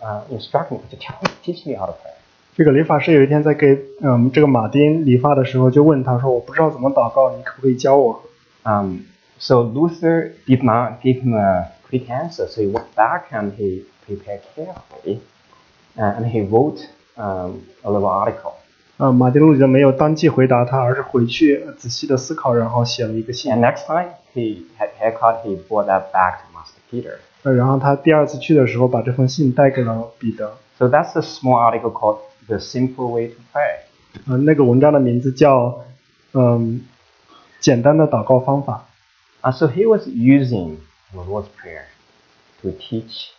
Speaker 1: uh, instruct me? Could you tell, teach me how to pray?"
Speaker 2: 这个理发师有一天在给嗯、这个马丁理发的时候，就问他说：“我不知道怎么祷告，你可不可以教我
Speaker 1: Um, so Luther did not give him a quick answer. So he went back and he prepared carefully, uh, and he wrote um, a little article.？”
Speaker 2: 呃，马丁路德没有当即回答他，而是回去呃仔细的思考，然后写了一个信
Speaker 1: And。next time he had haircut, he brought that back to Master Peter.
Speaker 2: 呃，然后他第二次去的时候，把这封信带给了彼得。
Speaker 1: So that's a small article called "The Simple Way to Pray."
Speaker 2: 呃，那个文章的名字叫嗯，简单的祷告方法。
Speaker 1: And Uh, so he was using the Lord's Prayer to teach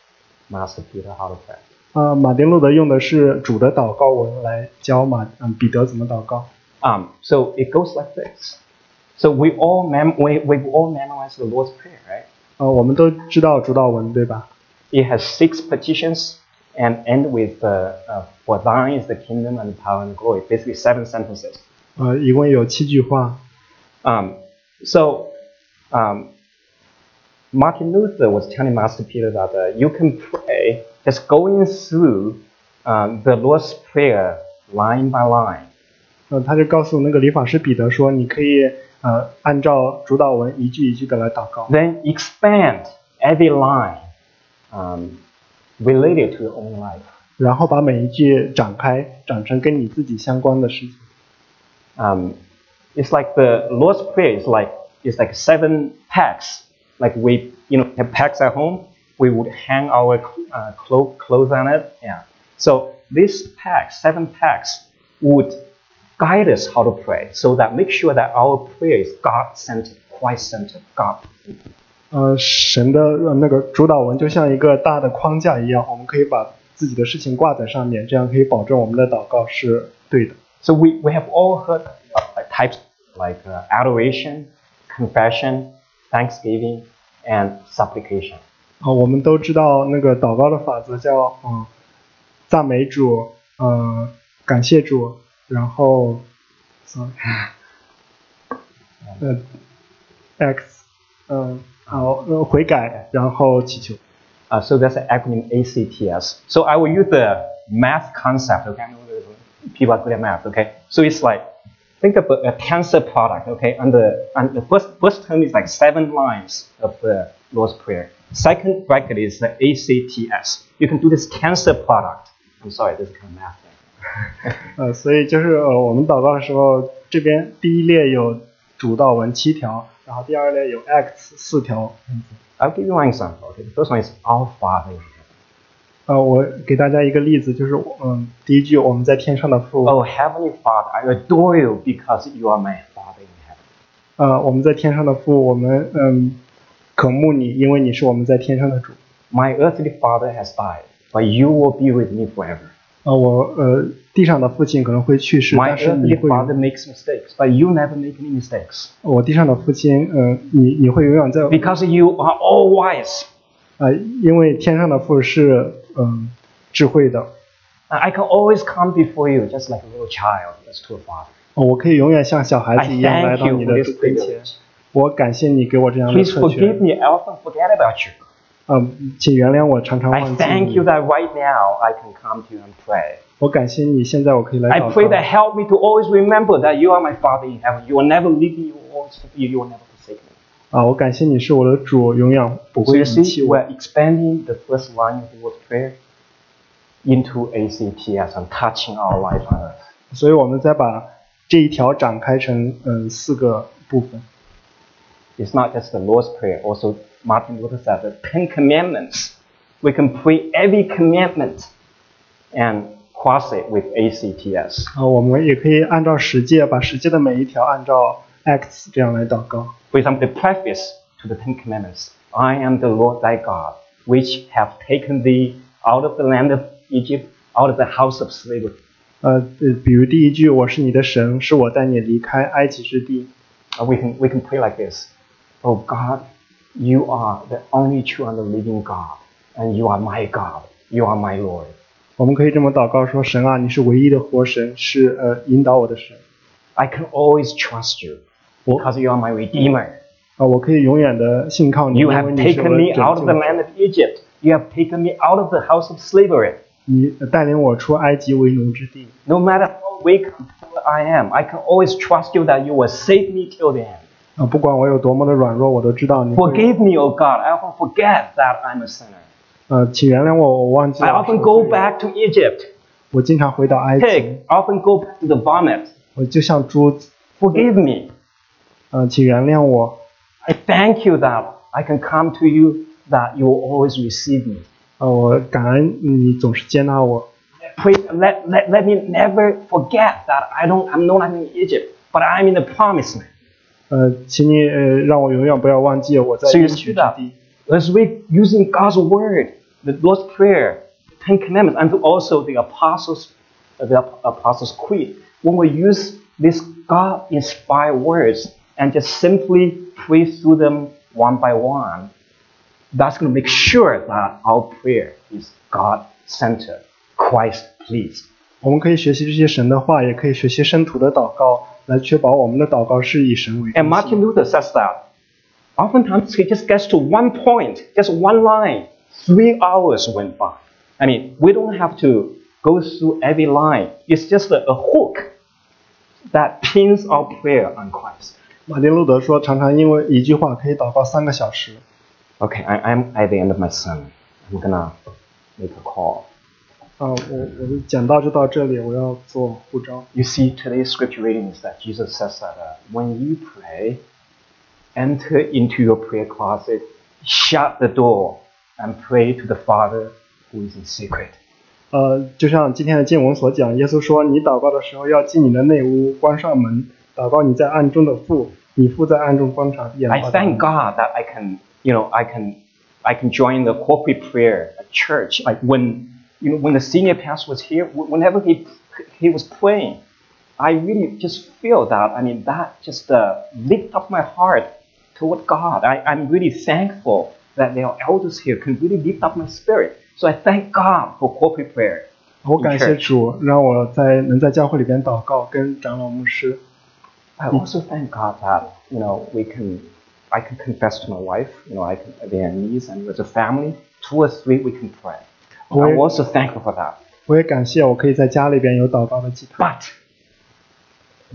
Speaker 1: Master Peter how to pray.
Speaker 2: 呃，马丁路德用的是主的祷告文来教马嗯彼得怎么祷告。
Speaker 1: Um, so it goes like this. So we all mem- we we all memorize the Lord's Prayer, right?
Speaker 2: 呃，我们都知道主导文对吧？
Speaker 1: It has six petitions and end with uh, uh, "For thine is the kingdom and the power and the glory." Basically, seven sentences.
Speaker 2: 呃，一共有七句话。
Speaker 1: Um, so, um, Martin Luther was telling Master Peter that uh, you can pray just going through um, the Lord's Prayer line by line.
Speaker 2: 嗯、他就告诉那个理发师彼得说，你可以呃按照主导文一句一句的来祷告，
Speaker 1: then expand every line um, related to your own life.
Speaker 2: 然后把每一句展开，展成跟你自己相关的事情。
Speaker 1: Um, it's like the Lord's Prayer is like it's like seven packs. Like we, you know, have packs at home. We would hang our uh, clo- clothes on it. Yeah. So these packs, seven packs, would guide us how to pray, so that make sure that our prayer is God-centered, Christ-centered, God.
Speaker 2: 呃，神的呃那个主导文就像一个大的框架一样，我们可以把自己的事情挂在上面，这样可以保证我们的祷告是对的。
Speaker 1: So we, we have all heard uh, types like uh, adoration, confession, thanksgiving, and supplication.
Speaker 2: 啊、我们都知道那个祷告的法则叫嗯，赞美主，呃，感谢主，然后，sorry，呃，X，嗯、好，呃悔改，然后祈求。
Speaker 1: Uh, so that's the acronym ACTS. So I will use the math concept. Okay, I know that people are good at math. Okay, so it's like think of a, a tensor product. Okay, and the and the first first term is like seven lines of the Lord's Prayer. Second bracket is the ACTS. You can do this tensor product. I'm sorry, this is kind of math thing.
Speaker 2: 呃，所以就是呃，我们祷告的时候，这边第一列有主道文七条，然后第二列有 X 四条。
Speaker 1: 嗯 I'll give you one example. Okay, the first one is Our Father. in heaven."
Speaker 2: 呃，我给大家一个例子，就是嗯，第一句我们在天上的父，
Speaker 1: Oh Heavenly Father, I adore you because you are my Father in heaven.
Speaker 2: 呃，我们在天上的父，我们嗯，渴慕你，因为你是我们在天上的主。
Speaker 1: My earthly father has died, but you will be with me forever.
Speaker 2: 呃，我呃，地上的父亲可能会去世，
Speaker 1: My
Speaker 2: 但是你
Speaker 1: earthly
Speaker 2: 会，
Speaker 1: father makes mistakes, but you never make any mistakes
Speaker 2: 我地上的父亲，呃，你你会永远在，
Speaker 1: because you are all wise.
Speaker 2: 呃，因为天上的父是嗯、智慧的、
Speaker 1: And Uh, I can always come before you just like a little child that's to a father.
Speaker 2: 哦我可以永远像小孩
Speaker 1: I
Speaker 2: 子一样来
Speaker 1: thank
Speaker 2: 到
Speaker 1: you
Speaker 2: 你
Speaker 1: for
Speaker 2: 的
Speaker 1: this
Speaker 2: 主跟前。
Speaker 1: privilege.
Speaker 2: 我感谢你给我这样的
Speaker 1: Please
Speaker 2: 特
Speaker 1: forgive
Speaker 2: 权。
Speaker 1: me. I often forget about you.
Speaker 2: 嗯，请原谅我常常
Speaker 1: I
Speaker 2: 忘记
Speaker 1: thank
Speaker 2: 你
Speaker 1: you。that right now I can come to you and pray.
Speaker 2: 我感谢你，现在我可以来
Speaker 1: I
Speaker 2: 祷
Speaker 1: pray that
Speaker 2: 告。
Speaker 1: help me to always remember that you are my Father in heaven. You will never leave me. You will always you, you will never forsake me.
Speaker 2: 啊，我感谢你是我的主，永远不
Speaker 1: So
Speaker 2: 会
Speaker 1: you
Speaker 2: 遗
Speaker 1: see,
Speaker 2: 弃我。
Speaker 1: we're expanding the first line of the word prayer into ACTS and touching our life on earth.
Speaker 2: 所以我们再把这一条展开成嗯四个部分。
Speaker 1: It's not just the Lord's prayer. Also, Martin Luther said the Ten Commandments. We can pray every commandment and cross it with ACTS.
Speaker 2: 啊，我们也可以按照十诫，把十诫的每一条按照 X 这样来祷告。
Speaker 1: For example, the preface to the Ten Commandments I am the Lord thy God, which have taken thee out of the land of Egypt, out of the house of slavery.
Speaker 2: 呃呃，比如第一句，我是你的神，是我带你离开埃及之地。
Speaker 1: Uh, we, can, we can pray like this Oh God, you are the only true and the living God, and you are my God, you are my Lord.
Speaker 2: 我们可以这么祷告说：神啊，你是唯一的活神，是呃引导我的神。
Speaker 1: I can always trust you because you are my Redeemer.
Speaker 2: 啊，我可以永远的信靠你，因
Speaker 1: You
Speaker 2: 为
Speaker 1: have
Speaker 2: 你是我
Speaker 1: taken
Speaker 2: 的
Speaker 1: me out of
Speaker 2: 拯
Speaker 1: the
Speaker 2: 救。
Speaker 1: land of Egypt. You have taken me out of the house of slavery.
Speaker 2: 你带领我出埃及为奴之地。
Speaker 1: No matter how weak I am, I can always trust you that you will save me till the end.
Speaker 2: 啊，不管我有多么的软弱，我都知道你会。
Speaker 1: Forgive me, O God. I often forget that I'm a sinner.
Speaker 2: 呃，请原谅我，我忘记
Speaker 1: I
Speaker 2: 了我是
Speaker 1: often
Speaker 2: 个
Speaker 1: go
Speaker 2: 罪人。
Speaker 1: back to Egypt.
Speaker 2: 我经常回到埃及，
Speaker 1: Pig, I often go back to the vomit.
Speaker 2: 我就像猪。
Speaker 1: Forgive me.
Speaker 2: 呃，请原谅我。
Speaker 1: I thank you that I can come to you, that you will always receive me.
Speaker 2: 呃，我感恩你总是接纳我。
Speaker 1: Pray, let, let, let me never forget that I don't, I'm no longer in Egypt, but I'm in the promised land.
Speaker 2: 呃，请你呃让我永远不要忘记我在
Speaker 1: So
Speaker 2: 应
Speaker 1: you
Speaker 2: 许
Speaker 1: stood
Speaker 2: 之
Speaker 1: up.
Speaker 2: 地。
Speaker 1: As we using God's word, the Lord's prayer, the Ten Commandments, and also the Apostles, uh, the Apostles' Creed. When we use these God-inspired words and just simply pray through them one by one, that's going to make sure that our prayer is center, Christ please.
Speaker 2: 我们可以学习这些神的话，也可以学习生徒的祷告，来确保我们的祷告是以神为中
Speaker 1: And
Speaker 2: 心。
Speaker 1: Martin Luther says that oftentimes he just gets to one point, just one line, three hours went by. I mean, we don't have to go through every line. It's just a, a hook that pins our prayer on Christ.
Speaker 2: 马丁路德说，常常因为一句话可以祷告三个小时。
Speaker 1: Okay, I, I'm at the end of my sermon. I'm gonna make a call.
Speaker 2: 啊、我我的讲道就到这里，我要做护照。
Speaker 1: You see, today's scripture reading is that Jesus says that uh, when you pray, enter into your prayer closet, shut the door, and pray to the Father who is in secret.
Speaker 2: 呃，就像今天的经文所讲，耶稣说：“你祷告的时候要进你的内屋，关上门，祷告你在暗中的父，你父在暗中观察必然
Speaker 1: I
Speaker 2: 报答你
Speaker 1: thank God that I can, you know, I can, I can join the corporate prayer at church. Like when, you know, when the senior pastor was here, wh- whenever he he was praying, I really just feel that. I mean, that just uh, lifted up my heart toward God. I, I'm really thankful that there are elders here can really lift up my spirit. So I thank God for corporate prayer.
Speaker 2: 我感谢主，让我在能在教会里边祷告，跟长老牧师。
Speaker 1: I also thank God that you know we can, I can confess to my wife, you know, I can they are knees and as a family, two or three we can pray.
Speaker 2: Where-
Speaker 1: I'm also thankful for that.
Speaker 2: 我也感谢我可以在家里边有祷告的祭坛。
Speaker 1: But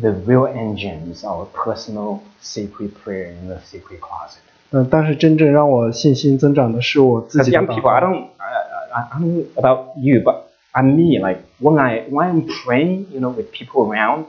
Speaker 1: the real engine is our personal secret prayer in the secret closet.
Speaker 2: 嗯，但是真正让我信心增长的是我自
Speaker 1: As
Speaker 2: 己的
Speaker 1: young
Speaker 2: 祷
Speaker 1: people, I
Speaker 2: 告。
Speaker 1: don't, I, I, I don't know about you, but I'm me. Like when I when I'm praying, you know, with people around,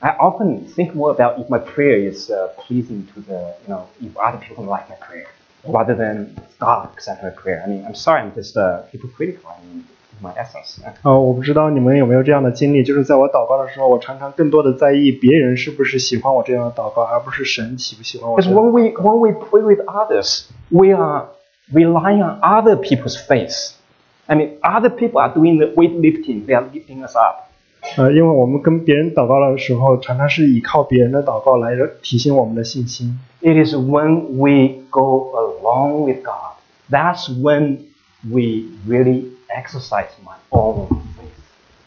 Speaker 1: I often think more about if my prayer is uh, pleasing to the, you know, if other people like my prayer, rather than God accept my prayer. I mean, I'm sorry, I'm just uh, hypocritical. I mean, in my essence.
Speaker 2: 呃，我不知道你们有没有这样的经历，就是在我祷告的时候，我常常更多的在意别人是不是喜欢我这样的祷告，而不是神喜不喜欢我这
Speaker 1: Because
Speaker 2: 样的祷告。
Speaker 1: when we when we pray with others, we are relying on other people's faith. I mean, other people are doing the weightlifting; they are lifting us up.
Speaker 2: 呃，因为我们跟别人祷告的时候，常常是依靠别人的祷告来提醒我们的信心。
Speaker 1: It is when we go along with God that's when we really exercise my own faith.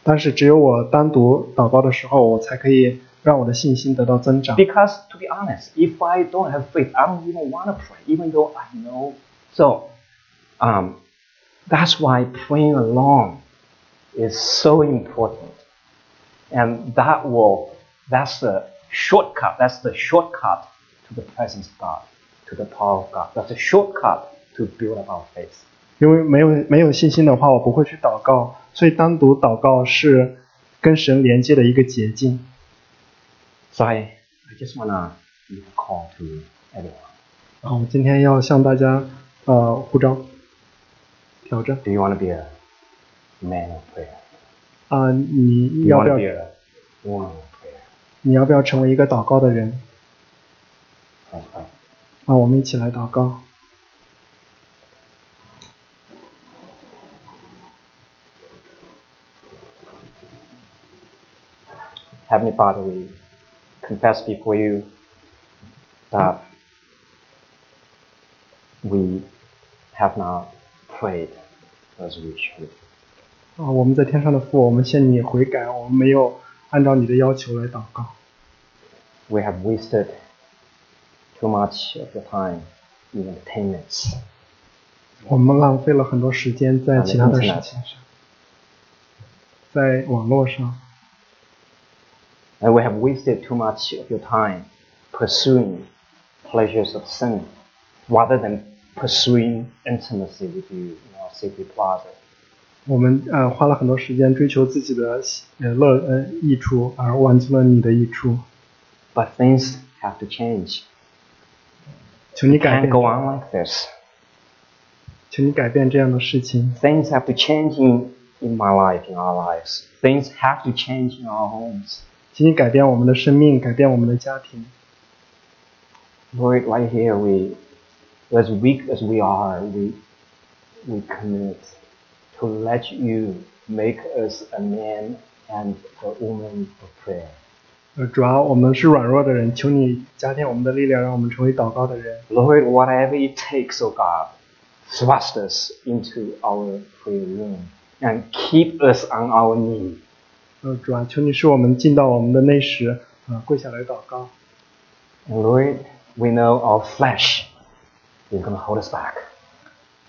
Speaker 2: 但是只有我单独祷告的时候，我才可以让我的信心得到增长。
Speaker 1: Because to be honest, if I don't have faith, I don't even want to pray, even though I know. So, um, that's why praying alone is so important, and that will that's the shortcut. That's the shortcut to the presence of God, to the power of God. That's a shortcut to build up our faith.
Speaker 2: 因为没有没有信心的话，我不会去祷告，所以单独祷告是跟神连接的一个捷径。
Speaker 1: So I, I just wanna give a call to everyone.
Speaker 2: 啊，我今天要向大家呃呼召挑战
Speaker 1: Do you wanna be a man of prayer?
Speaker 2: 啊、你
Speaker 1: Do you
Speaker 2: 要不
Speaker 1: wanna
Speaker 2: 要
Speaker 1: be a woman of prayer?
Speaker 2: 你要不要成为一个祷告的人
Speaker 1: Let's pray.
Speaker 2: 啊？我们一起来祷告。
Speaker 1: Heavenly Father, we confess before you that we have not prayed as we should.
Speaker 2: 啊，我们在天上的父，我们向你悔改，我们没有按照你的要求来祷告，
Speaker 1: We have wasted too much of the time in entertainments,
Speaker 2: 我们浪费了很多时间在其他的事情上，在网络上，
Speaker 1: and we have wasted too much of your time pursuing pleasures of sin rather than pursuing intimacy with you in our secret closet.
Speaker 2: 我们呃花了很多时间追求自己的喜呃乐呃益处，而忘记了你的益处。
Speaker 1: But things have to change.
Speaker 2: 求你
Speaker 1: It
Speaker 2: 改
Speaker 1: can't
Speaker 2: 变，
Speaker 1: go on like this.
Speaker 2: 求你改变这样的事情。
Speaker 1: things have to change in, in my life, in our lives. Things have to change in our homes.
Speaker 2: 请你改变我们的生命，改变我们的家庭。
Speaker 1: Lord, right here, we, as weak as we are, we, we commit to let you make us a man and a woman of prayer.
Speaker 2: 呃，主要我们是软弱的人，求你加添我们的力量，让我们成为祷告的人。
Speaker 1: Lord, whatever it takes, oh God, thrust us into our prayer room and keep us on our knees.
Speaker 2: 呃，主啊，求你使我们进到我们的内室，啊、跪下来祷告。
Speaker 1: And Lord, we know our flesh is going to hold us back.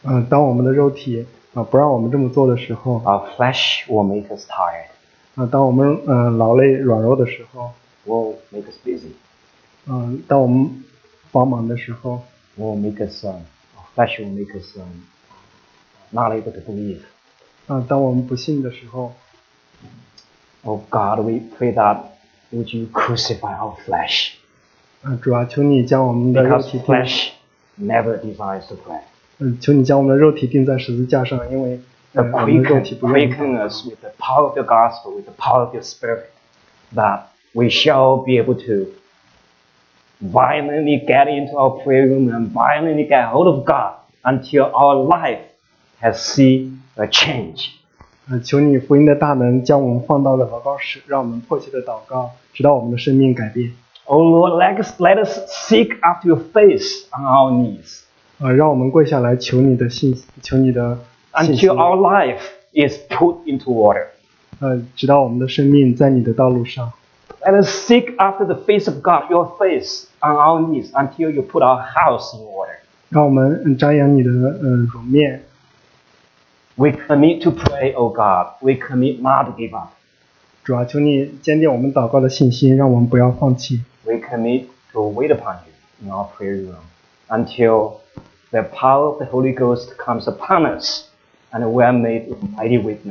Speaker 2: 嗯、当我们的肉体啊、不让我们这么做的时候，啊、
Speaker 1: Our flesh will make us tired,
Speaker 2: 当我们嗯、呃劳累软弱的时候，
Speaker 1: will make us busy,
Speaker 2: 嗯、当我们帮忙的时候，
Speaker 1: will make us, um, our flesh will make us um, not able to believe.
Speaker 2: 啊、当我们不信的时候，
Speaker 1: Oh God, we pray that would you crucify our flesh
Speaker 2: 啊、主啊，求你将我们的肉
Speaker 1: because
Speaker 2: 体定，嗯、
Speaker 1: flesh never desires to pray.
Speaker 2: 求你将我们的肉体定在十字架上，因为、呃、
Speaker 1: The
Speaker 2: 我们的肉体
Speaker 1: quicken,
Speaker 2: 不愿意
Speaker 1: quicken us with the power of the gospel, with the power of your spirit, that we shall be able to violently get into our prayer room and violently get hold of God until our life has seen a change.
Speaker 2: 呃，求你福音的大能将我们放到了祷告室，让我们迫切的祷告，直到我们的生命改变。
Speaker 1: Oh Lord, let us, let us seek after your face on our knees
Speaker 2: 呃，让我们跪下来求你的信，求你的信心
Speaker 1: until our life is put into order.
Speaker 2: 呃，直到我们的生命在你的道路上。
Speaker 1: Let us seek after the face of God, your face, on our knees until you put our house in order.
Speaker 2: 让我们嗯张扬你的呃容面，
Speaker 1: We commit to pray, O God. We commit not to give up.
Speaker 2: 主啊，求你坚定我们祷告的信心，让我们不要放弃。
Speaker 1: We commit to wait upon you in our prayer room until the power of the Holy Ghost comes upon us and we are made mighty witness.